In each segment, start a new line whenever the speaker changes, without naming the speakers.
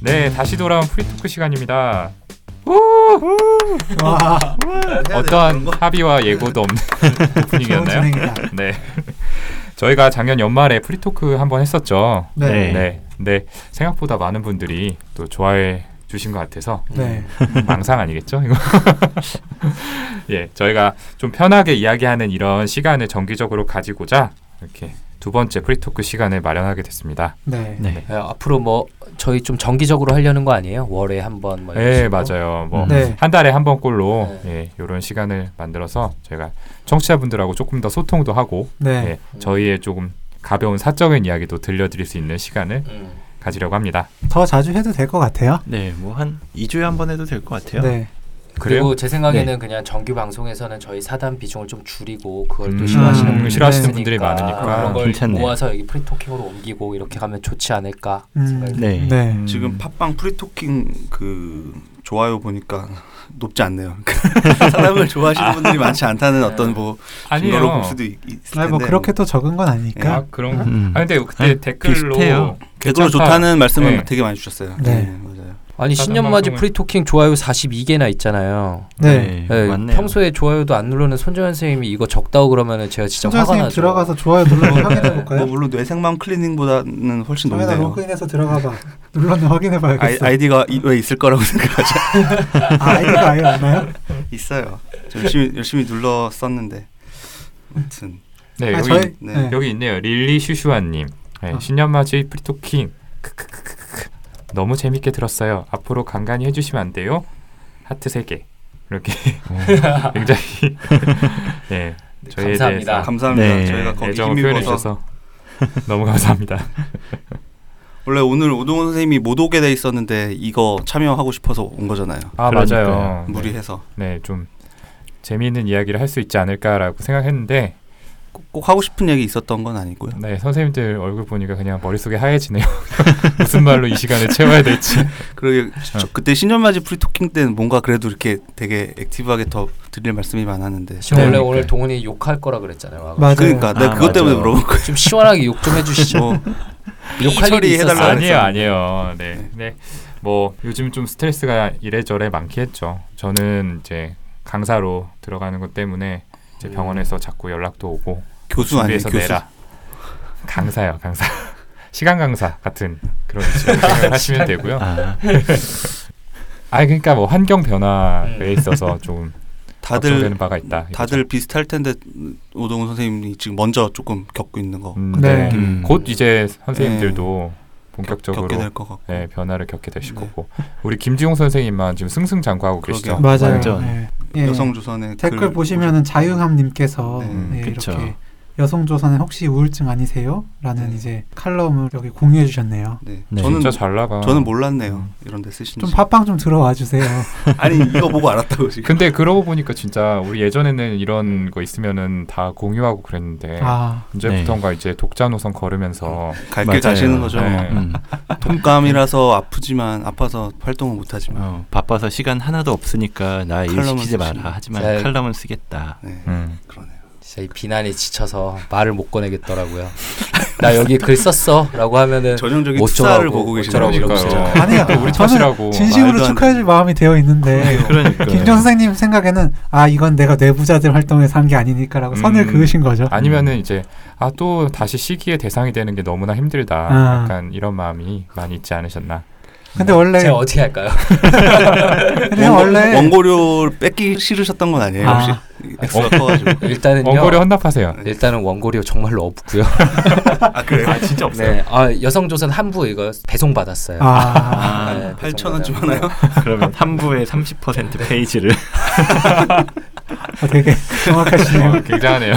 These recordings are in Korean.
네,
음.
다시 돌아온 프리토크 시간입니다.
와,
어떠한 합의와 예고도 없는
좋은
오프닝이었나요?
진행이다.
네. 저희가 작년 연말에 프리토크 한번 했었죠.
네.
네.
네.
네. 근데 생각보다 많은 분들이 또 좋아해 주신 것 같아서 망상 아니겠죠? 이거. 예, 저희가 좀 편하게 이야기하는 이런 시간을 정기적으로 가지고자 이렇게 두 번째 프리토크 시간을 마련하게 됐습니다.
네.
네.
예, 앞으로 뭐 저희 좀 정기적으로 하려는 거 아니에요? 월에 한번 뭐 이런
예,
식으로?
맞아요. 뭐 한
네.
달에 한 번꼴로 예, 이런 시간을 만들어서 저희가 청취자분들하고 조금 더 소통도 하고
네.
예, 저희의 조금 가벼운 사적인 이야기도 들려드릴 수 있는 시간을
음.
가지려고 합니다.
더 자주 해도 될 것 같아요.
네, 뭐 한 2주에 한 번 해도 될 것 같아요.
네.
그래요? 네.
그리고 제 생각에는 그냥 정규 방송에서는 저희 사단 비중을 좀 줄이고 그걸 또
음,
싫어하시는 분들이
싫어하시는
있으니까
분들이 많으니까.
그런 걸
괜찮네요.
모아서 여기 프리토킹으로 옮기고 이렇게 가면 좋지 않을까
음,
생각이
네.
네.
음.
지금 팟빵 프리토킹 그 좋아요 보니까 높지 않네요. 사람을 좋아하시는 분들이 많지 않다는 어떤 뭐 증거로
아니요.
볼 수도 있, 있을 텐데.
아니, 뭐 그렇게 또 적은 건 아니니까.
아 그런. 거?
음.
아 근데 그때
아니,
댓글로 그
비슷해요.
댓글로
괜찮다.
좋다는 말씀을
네.
되게 많이 주셨어요.
네.
맞아요.
아니
사전
신년맞이
방송을-
프리토킹 좋아요 42개나 있잖아요
네.
예,
맞네요.
평소에 좋아요도 안 누르는 손정현 선생님이 이거 적다고 그러면 제가
신정
진짜 화가
선생님
나죠
들어가서 좋아요 눌러서 확인해
뭐
볼까요?
물론 뇌생맘 클리닝보다는 훨씬
정현아
높네요.
로그인해서 들어가봐. 눌렀나 확인해
아이,
봐야겠어.
아이디가 이- 왜 있을 거라고 생각하죠?
아, 아이디가 아예 없나요?
있어요. 저 열심히 열심히 눌러 썼는데 아무튼
네
아,
여기
저희
네.
네.
여기 있네요. 릴리 슈슈아님. 네,
아.
신년맞이 프리토킹. 크크크크크. 너무 재밌게 들었어요. 앞으로 간간히 해주시면 안 돼요. 하트 3개. 이렇게 굉장히 네, 저희에
감사합니다.
대해서
감사합니다.
네.
저희가 거기
애정을 표현해
힘입어서
주셔서 너무 감사합니다.
원래 오늘 오동훈 선생님이 못 오게 돼 있었는데 이거 참여하고 싶어서 온 거잖아요.
아
그러니까요.
맞아요. 네.
무리해서
네, 좀 재미있는 이야기를 할 수 있지 않을까라고 생각했는데
꼭, 꼭 하고 싶은 얘기 있었던 건 아니고요.
네, 선생님들 얼굴 보니까 그냥 머릿속에 하얘지네요. 무슨 말로 이 시간을 채워야 될지.
그러게 저, 그때 신년맞이 프리토킹 때는 뭔가 그래도 이렇게 되게 액티브하게 더 드릴 말씀이 많았는데
지금 원래
네.
오늘 동훈이 욕할 거라 그랬잖아요 와가지고.
맞아요.
그러니까 내가
아,
그것 때문에
맞아요.
물어본
네.
좀 시원하게 욕 좀
뭐
해주시죠
거예요.
욕할 일이
처리해달라고
있었어요
아니에요,
했었는데.
아니에요. 네, 네. 뭐 요즘 좀 스트레스가 이래저래 많긴 했죠. 저는 이제 강사로 들어가는 것 때문에
음.
이제 병원에서 자꾸 연락도 오고
교수 음. 아니에요 네,
준비해서
교수.
내라. 강사요, 강사. 시간 강사 같은 그런 식으로 생각을 하시면 되고요.
아,
아, 그러니까 뭐 환경 변화에 있어서 좀 걱정되는
음. 다들
바가 있다. 이거죠.
다들 비슷할 텐데 오동훈 선생님이 지금 먼저 조금 겪고 있는 거
음,
네.
네.
음.
곧 이제 선생님들도 본격적으로
네. 겪게 될 것 같고
네, 변화를 겪게 되실
네.
거고 우리 김지용 선생님만 지금 승승장구하고 계시죠.
그러게요.
맞아요.
완전.
네. 예.
여성조선의
댓글
글
보시면은 자유함님께서
네.
네,
그쵸.
이렇게 여성조선은 혹시 우울증 아니세요? 라는
네.
이제 칼럼을 여기 공유해 주셨네요.
네.
네.
저는
진짜 잘 음. 나가.
저는 뭐 몰랐네요 이런 데 쓰시는지
좀 팟빵 좀 들어와 주세요.
아니 이거 보고 알았다고 지금
근데 그러고 보니까 진짜 우리 예전에는 이런 거 있으면은 다 공유하고 그랬는데
아,
언제부턴가 이제 독자 노선 걸으면서
갈
맞아요.
길 가시는 거죠
네.
음,
통감이라서 아프지만 아파서 활동을 못하지만
어, 바빠서 시간 하나도 없으니까 나 일
칼럼은
시키지
쓰시네.
마라. 하지만
네.
칼럼은 쓰겠다.
네.
음.
그러네요
진짜 이 비난에 지쳐서 말을 못 꺼내겠더라고요. 나 여기 글 썼어라고 하면은
전형적인 투사를
어쩌라고
보고 계시네요
어쩌라고 이러고
그러니까요.
진짜.
아니야.
또 우리 탓이라고.
진심으로
말도 안
축하해줄
되는.
마음이 되어 있는데
그러니까
김정 선생님 생각에는 아 이건 내가 내부자들 활동에서 한 게 아니니까라고 선을
음.
그으신 거죠.
아니면은 이제 아 또 다시 시기의 대상이 되는 게 너무나 힘들다.
아.
약간 이런 마음이 많이 있지 않으셨나?
근데
네.
원래
제가 어떻게 할까요?
근데
네. 원고-
원래
원고료를 뺏기 싫으셨던 건 아니에요
네. 아.
혹시 액수가 커가지고 네,
일단은요.
원고료 헌납하세요.
일단은 원고료 정말로 없고요.
아 그래요?
아 진짜 없어요.
네. 아, 여성조선 한부 이거 배송 받았어요.
아,
아,
네,
8천 원쯤 하나요?
그러면 한부의 30% 페이지를
아, 되게 정확하시네요.
어, 굉장하네요.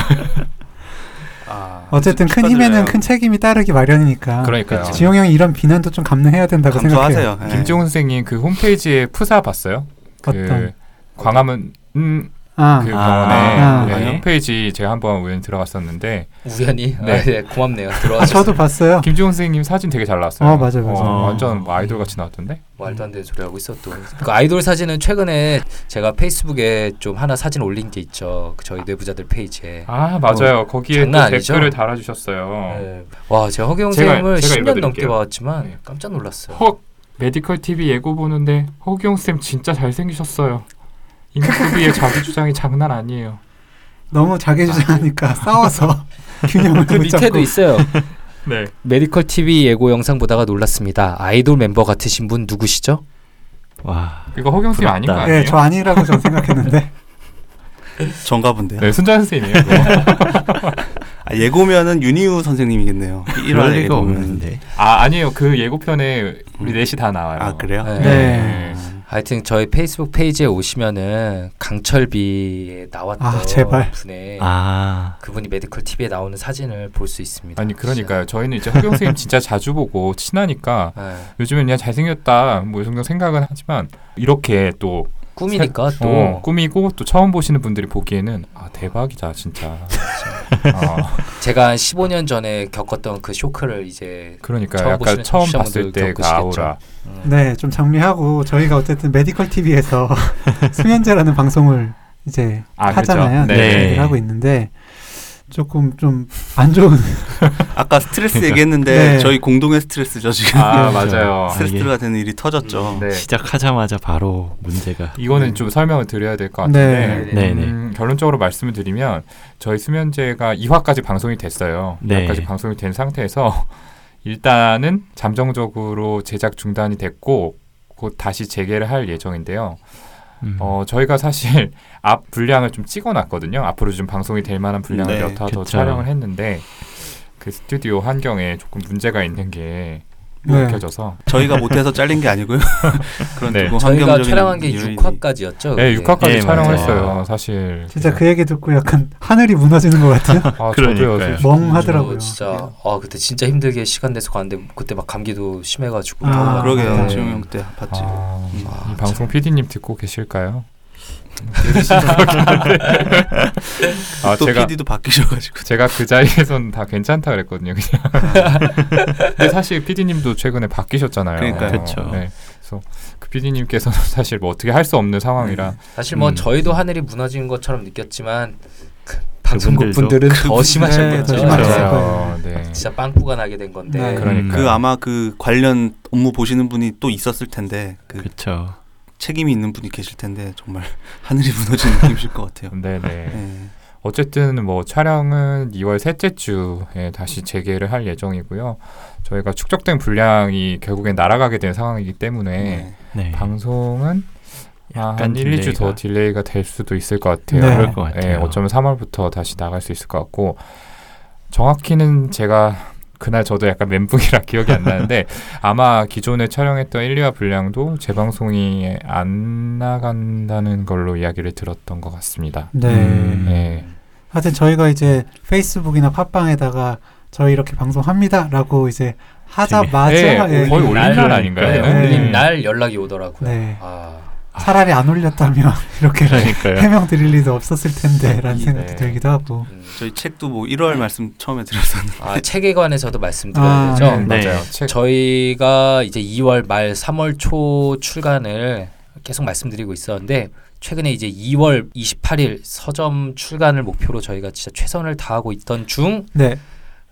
아,
어쨌든 큰
축하드려요.
힘에는 큰 책임이 따르기 마련이니까.
그러니까요.
아, 그렇죠. 지용 형이 이런 비난도 좀 감내해야 된다고 생각해요.
감수하세요. 예.
김지용 선생님 그 홈페이지에 푸사 봤어요? 그
어떤?
광화문 음,
아,
그 병원에
아.
네,
아니요?
홈페이지 제가 한번 우연히 들어갔었는데
우연히
네.
네. 아, 네. 고맙네요.
아,
들어와서
저도 봤어요.
김지용 선생님 사진 되게 잘 나왔어요.
어, 맞아요, 맞아요.
어, 완전 뭐 아이돌 같이 나왔던데.
말도 안 되는 소리 하고 있어 또. 그 아이돌 사진은 최근에 제가 페이스북에 좀 하나 사진 올린 게 있죠. 그 저희 내부자들 페이지에.
아 맞아요. 거기에 또
어, 장난 아니죠?
댓글을 달아주셨어요.
네. 와, 제가 허경
제가-
선생님을
제가
10년 넘게
읽어드릴게요.
봐왔지만
네.
깜짝 놀랐어요.
헉 메디컬 TV 예고 보는데 허기영 쌤 진짜 잘생기셨어요. 인터뷰의 자기 주장이 장난 아니에요.
너무 자기 주장하니까 싸워서 균형을
그
못 잡고
밑에도 있어요.
네.
메디컬 TV 예고 영상 보다가 놀랐습니다. 아이돌 멤버 같으신 분 누구시죠?
와.
이거 허경 쌤
부럽다.
아닌 거 아니에요?
네, 저 아니라고 전 생각했는데
정가분데요.
네, 순자 선생님이에요. 이거.
아, 예고면은 윤희우 선생님이겠네요.
이럴
일화에
리가
보면.
없는데.
아, 아니에요. 그 예고편에 우리 넷이 다 나와요.
아 그래요?
네.
네.
네.
하여튼 저희 페이스북 페이지에 오시면은 강철비에 나왔던
아, 제발.
분의
아.
그분이 메디컬 TV에 나오는 사진을 볼 수 있습니다.
아니 그러니까요. 저희는 이제 허경 쌤 진짜 자주 보고 친하니까
진짜. 예.
요즘엔 그냥 잘생겼다 뭐 이 정도 생각은 하지만 이렇게 또
꿈이니까
새-
또
어, 꾸미고 또 처음 보시는 분들이 보기에는 아 대박이다 진짜. 아,
제가 한 15년 전에 겪었던 그 쇼크를 이제
그러니까
처음
약간
보시는
처음
시청자분들
봤을 때 그
겪으시겠죠.
아우라.
음,
네, 좀 정리하고 저희가 어쨌든 메디컬 TV에서 수면제라는 방송을 이제
아, 그렇죠.
하잖아요.
네.
네, 얘기를 하고 있는데 조금 좀 안 좋은
아까 스트레스 얘기했는데
네.
저희 공동의 스트레스죠 지금.
아 맞아요.
스트레스가 되는 일이 터졌죠.
네.
시작하자마자 바로 문제가.
이거는 좀 설명을 드려야 될 것 같은데
네.
네,
음, 결론적으로 말씀을 드리면 저희 수면제가 2화까지 방송이 됐어요.
네.
2화까지 방송이 된 상태에서 일단은 잠정적으로 제작 중단이 됐고 곧 다시 재개를 할 예정인데요.
음.
어, 저희가 사실 앞 분량을 좀 찍어놨거든요. 앞으로 좀 방송이 될 만한 분량을
네,
몇 화 더
그쵸.
촬영을 했는데 그 스튜디오 환경에 조금 문제가 있는 게
네.
밝혀져서
저희가 못해서 잘린 게 아니고요. 그런
네.
조금
저희가
환경적인
촬영한 게
요인이-
6화까지였죠.
네, 6화까지
네,
촬영을
맞아요.
했어요. 사실
진짜 그 얘기 듣고 약간 하늘이 무너지는 것 같아요.
아, 저도요.
그러니까요.
솔직히.
음, 멍하더라고요.
음.
진짜 아 그때 진짜 힘들게 시간 내서 갔는데 그때 막 감기도 심해가지고
아,
너무
그러게요.
많았는데.
지금 형때 아팠지.
뭐
아,
음.
이 방송 PD님 듣고 계실까요? 아,
또
제가
PD도 바뀌셔가지고.
제가 그 자리에선 다 괜찮다 그랬거든요. 그냥. 근데 사실 PD님도 최근에 바뀌셨잖아요. 어, 네.
그러니까요. 그렇죠.
그쵸.
그래서 그 PD님께서는 사실 뭐 어떻게 할 수 없는 상황이라
사실 뭐
음.
저희도 하늘이 무너지는 것처럼 느꼈지만 그 방송국 분들은
그분들도
더
네,
심하셨겠죠.
더
음.
심하죠.
진짜.
그래요. 네.
진짜 빵꾸가 나게 된 건데
네.
그러니까요.
그 아마 그 관련 업무 보시는 분이 또 있었을 텐데 그
그렇죠.
책임이 있는 분이 계실 텐데 정말 하늘이 무너지는 느낌이실 것 같아요.
네네.
네.
어쨌든 뭐 촬영은 2월 셋째 주에 다시 재개를 할 예정이고요. 저희가 축적된 분량이 결국엔 날아가게 된 상황이기 때문에
네.
네.
방송은
약간
한 1, 2주 더
딜레이가.
딜레이가 될 수도 있을 것 같아요.
네.
그럴 것 같아요.
예, 어쩌면 3월부터 다시 나갈 수 있을 것 같고 정확히는 제가 그날 저도 약간 멘붕이라 기억이 안 나는데 아마 기존에 촬영했던 1, 2화 분량도 재방송이 안 나간다는 걸로 이야기를 들었던 것 같습니다.
네.
음.
예.
하여튼 저희가 이제 페이스북이나 팟빵에다가 저희 이렇게 방송합니다라고 이제 하자마자
예,
예,
거의 올린
날
날 아닌가요?
네,
네.
올린 날 연락이 오더라고요.
네.
아,
차라리 안 올렸다면 이렇게
그러니까요.
해명 드릴 리도 없었을 텐데라는
네.
생각도 들기도 하고
음.
저희 책도 뭐
네.
1월 말씀 처음에 드렸었는데
아 책에 관해서도 말씀드려야
아,
되죠.
네.
네.
맞아요. 책-
저희가 이제 2월 말 3월 초 출간을 계속 말씀드리고 있었는데 최근에 이제 2월 28일 서점 출간을 목표로 저희가 진짜 최선을 다하고 있던 중
네,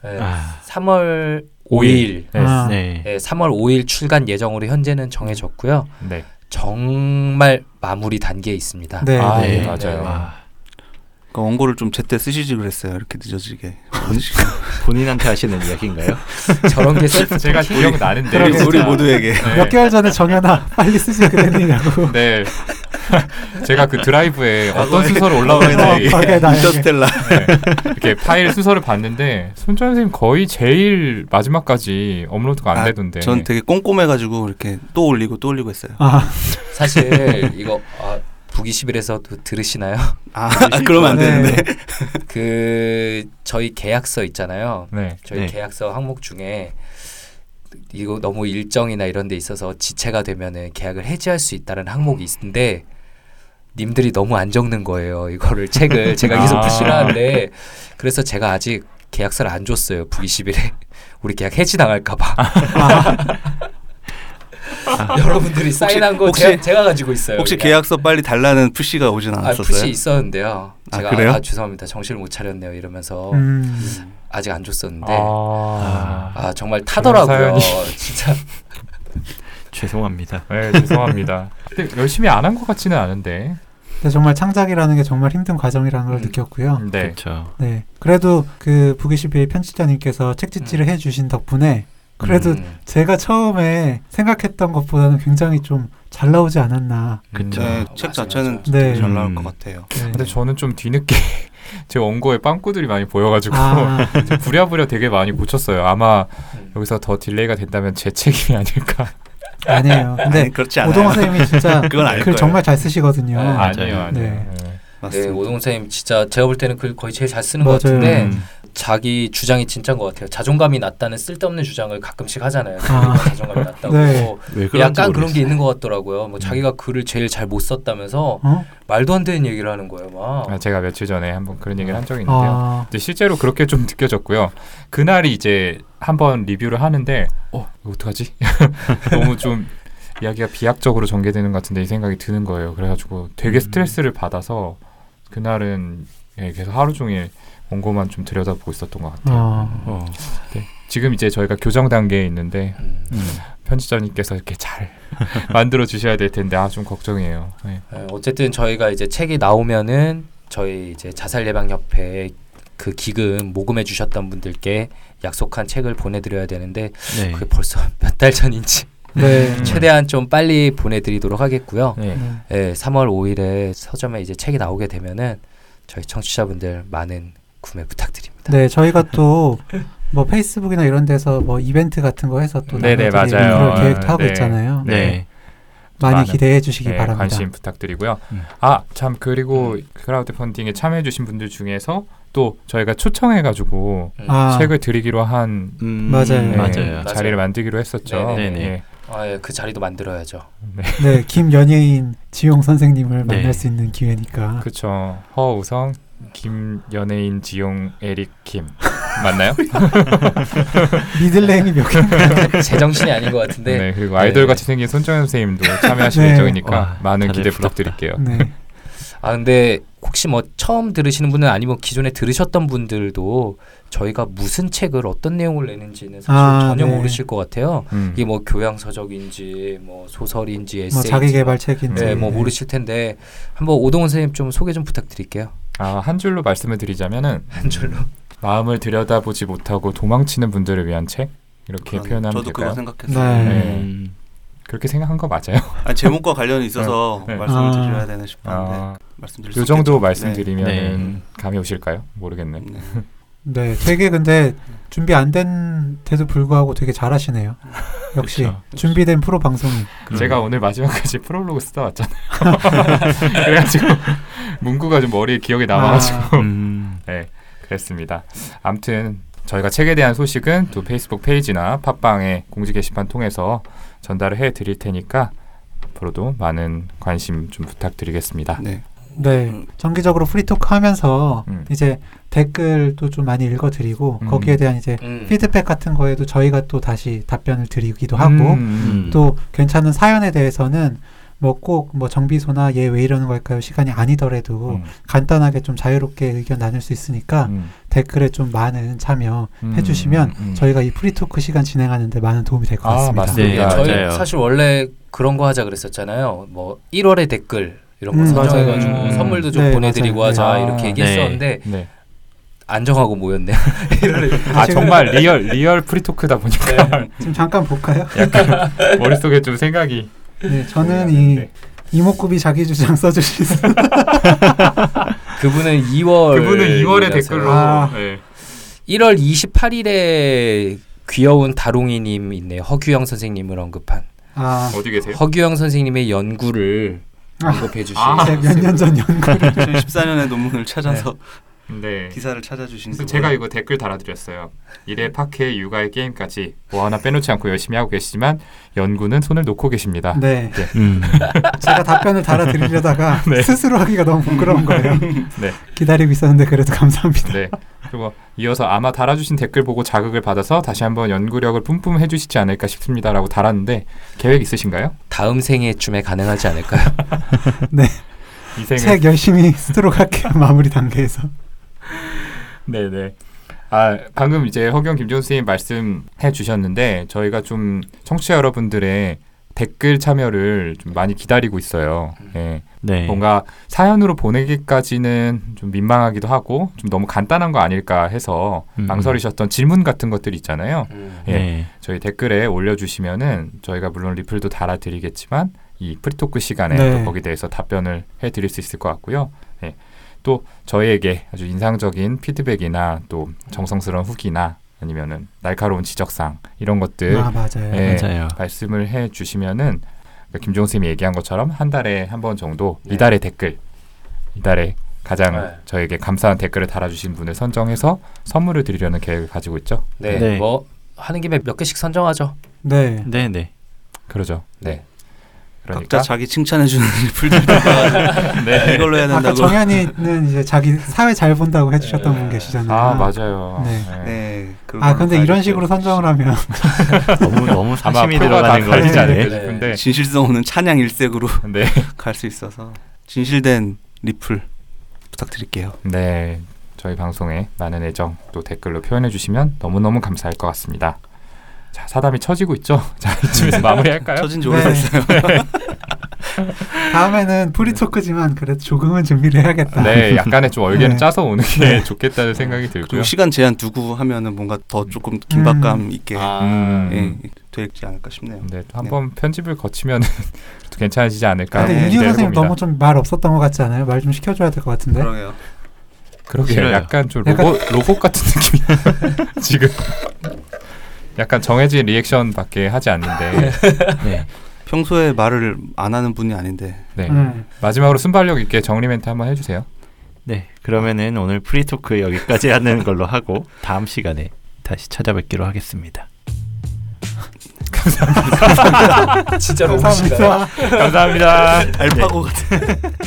에,
아,
3월
오일.
5일
네.
아,
네.
예, 3월 5일 출간 예정으로 현재는 정해졌고요.
네.
정말 마무리 단계에 있습니다.
네,
아,
네.
네, 맞아요.
와,
그 원고를 좀 제때 쓰시지 그랬어요. 이렇게 늦어지게.
본인한테 하시는 이야기인가요?
저런 게 셀프
제가 기억 나는데
우리, 우리 모두에게.
몇 개월 전에 정연아 빨리 쓰지 그랬느냐고
네. 제가 그 드라이브에 어떤
과거에-
순서로
어,
올라오는지 네.
과거에 나에게
네. 인터스텔라.
이렇게 파일 순서를 봤는데 손전 선생님 거의 제일 마지막까지 업로드가 안
아,
되던데.
전 되게 꼼꼼해가지고 이렇게 또 올리고 또 올리고 했어요.
아,
사실 이거 아, 북이십일에서 또 들으시나요?
아, 그러면 안
네.
되는데.
그 저희 계약서 있잖아요.
네.
저희
네.
계약서 항목 중에 이거 너무 일정이나 이런 데 있어서 지체가 되면은 계약을 해지할 수 있다는 항목이 있는데 님들이 너무 안 적는 거예요. 이거를 책을 제가 계속
아.
푸시를 하는데 그래서 제가 아직 계약서를 안 줬어요. 북이십일에 우리 계약 해지 당할까 봐. 여러분들이 사인한 거
혹시-
제가, 제가 가지고 있어요.
혹시
그냥.
계약서 빨리 달라는 푸시가 오진
아, 푸시
않았었어요?
있었는데요.
아,
제가
그래요?
아, 죄송합니다. 정신을 못 차렸네요. 이러면서
음,
어.
아직 네. 안 줬었는데
아.
아 정말 타더라고요.
그런
진짜
죄송합니다.
네, 죄송합니다. 근데 열심히 안 한 것 같지는 않은데.
근데 정말 창작이라는 게 정말 힘든 과정이라는 걸
음.
느꼈고요.
네.
그렇죠.
네. 그래도 그 북이시비의 편집자님께서 책짓지를
음.
해주신 덕분에 그래도
음.
제가 처음에 생각했던 것보다는 굉장히 좀 잘 나오지 않았나.
그쵸.
네,
음,
책
맞아,
자체는
맞아.
되게
네.
잘 나올
음.
것 같아요.
네.
근데 저는 좀 뒤늦게 제 원고에 빵꾸들이 많이 보여가지고
아,
부랴부랴 되게 많이 고쳤어요. 아마
음.
여기서 더 딜레이가 된다면 제 책임이 아닐까.
아니에요. 근데
아니, 그렇지 않아요.
오동호 선생님이 진짜
그건 아닐
글
거예요.
정말 잘 쓰시거든요.
네,
아,
맞아요.
니에요 아니에요.
네.
네.
네,
맞습니다.
오동 선생님 진짜 제가 볼 때는 글 거의 제일 잘 쓰는
맞아요.
것 같은데
음.
자기 주장이 진짜인 것 같아요. 자존감이 낮다는 쓸데없는 주장을 가끔씩 하잖아요.
아.
자존감이 낮다고.
네.
왜 그런지
약간 그런
모르겠어요. 음.
게 있는 것 같더라고요. 뭐 자기가 글을 제일 잘 못 썼다면서
어?
말도 안 되는 얘기를 하는 거예요. 막.
아, 제가 며칠 전에 한번 그런 얘기를 한 적이 있는데요.
아,
근데 실제로 그렇게 좀 느껴졌고요. 그날이 이제 한번 리뷰를 하는데 어 이거 어떡하지? 너무 좀 이야기가 비약적으로 전개되는 것 같은데 이 생각이 드는 거예요. 그래가지고 되게 스트레스를 받아서 그날은 예, 계속 하루 종일 원고만 좀 들여다보고 있었던 것 같아요.
어.
어.
지금 이제 저희가 교정 단계에 있는데
음.
음.
편집자님께서 이렇게 잘 만들어 주셔야 될 텐데 아 좀 걱정이에요. 예.
네, 어쨌든 저희가 이제 책이 나오면은 저희 이제 자살 예방 협회 그 기금 모금해 주셨던 분들께 약속한 책을 보내드려야 되는데
네.
그게 벌써 몇 달 전인지
네.
음.
최대한 좀 빨리 보내드리도록 하겠고요.
네.
네.
예, 3월 5일에 서점에 이제 책이 나오게 되면은 저희 청취자분들 많은 구매 부탁드립니다.
네, 저희가 또 뭐 페이스북이나 이런 데서 뭐 이벤트 같은 거 해서 또
네네,
나눠드리고
맞아요.
그런 계획도 하고
네.
있잖아요.
네.
네.
많이
많은- 네,
기대해 주시기 바랍니다.
관심 부탁드리고요.
음.
아 참 그리고 크라우드 펀딩에 참여해주신 분들 중에서 또 저희가 초청해가지고
음.
아,
책을 드리기로 한
음,
맞아요. 네.
맞아요.
맞아요.
자리를 만들기로 했었죠.
네네네.
예.
아, 예, 그 자리도 만들어야죠.
네, 김연예인 지용 선생님을
네.
만날 수 있는 기회니까.
그쵸. 허우성, 김연예인, 지용, 에릭, 김 맞나요?
미들네임이 몇 개인가?
제 정신이 아닌 것 같은데
네. 그리고 아이돌 같이 생긴 손정현 선생님도 참여하실
네.
예정이니까
와,
많은
다들
기대
부럽다.
부탁드릴게요.
네.
아 근데 혹시 뭐 처음 들으시는 분은 아니면 기존에 들으셨던 분들도 저희가 무슨 책을 어떤 내용을 내는지는 사실
아,
전혀
네.
모르실 것 같아요.
음.
이게 뭐 교양 서적인지 뭐 소설인지 에세이인지
뭐 자기 개발책인지.
네, 뭐 모르실 텐데 한번 오동훈 선생님 좀 소개 좀 부탁드릴게요.
아, 한 줄로 말씀을 드리자면은
한 줄로.
마음을 들여다보지 못하고 도망치는 분들을 위한 책 이렇게
그런-
표현하면
저도
될까요?
그거 생각했어요.
네.
음.
그렇게 생각한 거 맞아요?
아, 제목과 관련이 있어서
네.
말씀을
아.
드려야 되나 싶었는데
아,
말씀드릴
요
수
정도
없겠죠.
말씀드리면
네.
음.
감이 오실까요? 모르겠네.
네. 네.
네, 되게 근데 준비 안 된데도 불구하고 되게 잘하시네요. 역시
그쵸.
준비된 프로 방송인.
제가
음.
오늘 마지막까지 프롤로그 쓰다 왔잖아요. 그래가지고 문구가 좀 머리에 기억에 남아가지고
음.
네,
아.
그랬습니다. 아무튼 저희가 책에 대한 소식은 또 페이스북 페이지나 팟빵의 공지 게시판 통해서 전달을 해드릴 테니까 앞으로도 많은 관심 좀 부탁드리겠습니다.
네.
네,
음.
정기적으로 프리토크 하면서
음.
이제 댓글도 좀 많이 읽어드리고
음.
거기에 대한 이제
음.
피드백 같은 거에도 저희가 또 다시 답변을 드리기도 하고
음.
또 괜찮은 사연에 대해서는 뭐 꼭 뭐 정비소나 얘 왜 이러는 걸까요 시간이 아니더라도
음.
간단하게 좀 자유롭게 의견 나눌 수 있으니까
음.
댓글에 좀 많은 참여
음.
해주시면
음.
저희가 이 프리토크 시간 진행하는데 많은 도움이 될 것
아,
같습니다.
맞습니다.
네,
네,
저희
맞아요.
사실 원래 그런 거 하자 그랬었잖아요. 뭐 1월의 댓글 이런 거
음,
선정해가지고
맞아요. 음.
선물도 좀
네,
보내드리고
맞아요.
하자
아,
이렇게
네.
얘기했었는데
네.
안정하고 모였네요. 1월의 댓글.
아 정말 리얼 리얼 프리토크다 보니까
지금 잠깐 볼까요?
머릿속에 좀 생각이
네, 저는 이 이목구비 자기 주장 써주신 분-
그분은 2월
그분은 2월에 댓글로
아.
네.
1월 28일에 귀여운 다롱이님 있네요. 허규영 선생님을 언급한
아,
네, 어디 계세요?
허규영 선생님의 연구를
아.
언급해 주신
아.
제가 몇 년 전 연구를
네. 2014년의 논문을 찾아서
네.
기사를 찾아주신
그래서
그
제가 이거 댓글 달아드렸어요. 일에 파케, 육아에 게임까지 뭐 하나 빼놓지 않고 열심히 하고 계시지만 연구는 손을 놓고 계십니다.
네,
음.
제가 답변을 달아드리려다가
네.
스스로 하기가 너무 부끄러운 거예요.
네.
기다리고 있었는데 그래도 감사합니다.
네. 그리고 이어서 아마 달아주신 댓글 보고 자극을 받아서 다시 한번 연구력을 뿜뿜 해주시지 않을까 싶습니다라고 달았는데 계획 있으신가요?
다음 생애쯤에 가능하지 않을까요?
이생을
책 열심히 쓰도록 할게요. 마무리 단계에서.
네네. 아 방금 이제 허경 김종수님 말씀해 주셨는데 저희가 좀 청취자 여러분들의 댓글 참여를 좀 많이 기다리고 있어요. 예.
네.
뭔가 사연으로 보내기까지는 좀 민망하기도 하고 좀 너무 간단한 거 아닐까 해서
음.
망설이셨던 질문 같은 것들 있잖아요.
음.
예.
네.
저희 댓글에 올려주시면은 저희가 물론 리플도 달아드리겠지만 이 프리토크 시간에
네.
또 거기 대해서 답변을 해드릴 수 있을 것 같고요. 예. 또 저희에게 아주 인상적인 피드백이나 또 정성스러운 후기나 아니면은 날카로운 지적상 이런 것들
아 맞아요.
예.
맞아요.
말씀을 해 주시면은 그러니까 김종수 님이 얘기한 것처럼 한 달에 한 번 정도 이달의 댓글 이달에 가장
네.
저에게 감사한 댓글을 달아주신 분을 선정해서 선물을 드리려는 계획을 가지고 있죠.
네.
네.
뭐 하는 김에 몇 개씩 선정하죠.
네.
네, 네.
그러죠. 네.
각자 자기 칭찬해주는 리플들 네. 이걸로 해야
아까
된다고.
정현이는 이제 자기 사회 잘 본다고 해주셨던 분 계시잖아요.
아 맞아요.
네.
네. 그걸로
아 근데 이런
가야겠죠.
식으로 선정을 하면
너무 너무
아마
사심이
표가 다
들어가는
갈리지 않을까
네.
거예요.
싶은데
진실성 없는 찬양 일색으로
네.
갈 수 있어서 진실된 리플 부탁드릴게요.
네. 저희 방송에 많은 애정 또 댓글로 표현해 주시면 너무너무 감사할 것 같습니다. 자, 사담이 처지고 있죠? 자, 이쯤에서 마무리할까요?
처진 지
네.
오래됐어요.
다음에는 프리토크지만 그래도 조금은 준비를 해야겠다.
네, 약간의 좀 얼개를
네.
짜서 오는 게 좋겠다는 생각이 들고요.
그리고 시간 제한 두고 하면은 뭔가 더 조금 긴박감 있게
아,
아,
음.
예, 되지 않을까 싶네요.
네, 한번 편집을 거치면 괜찮아지지 네, 않을까.
근데 윤희
기대해
선생님
봅니다. 그렇죠.
너무 좀 말 없었던 것 같지 않아요? 말 좀 시켜줘야 될 것 같은데.
그러게요.
그러게요.
싫어요.
약간 좀
약간-
로봇 로봇 같은 느낌이 지금 약간 정해진 리액션밖에 하지 않는데
네.
평소에 말을 안 하는 분이 아닌데
네.
음.
마지막으로 순발력 있게 정리 멘트 한번 해주세요.
네. 그러면은 오늘 프리토크 여기까지 하는 걸로 하고 다음 시간에 다시 찾아뵙기로 하겠습니다.
진짜로
감사합니다.
감사합니다.
네.
네. 알파고 같은.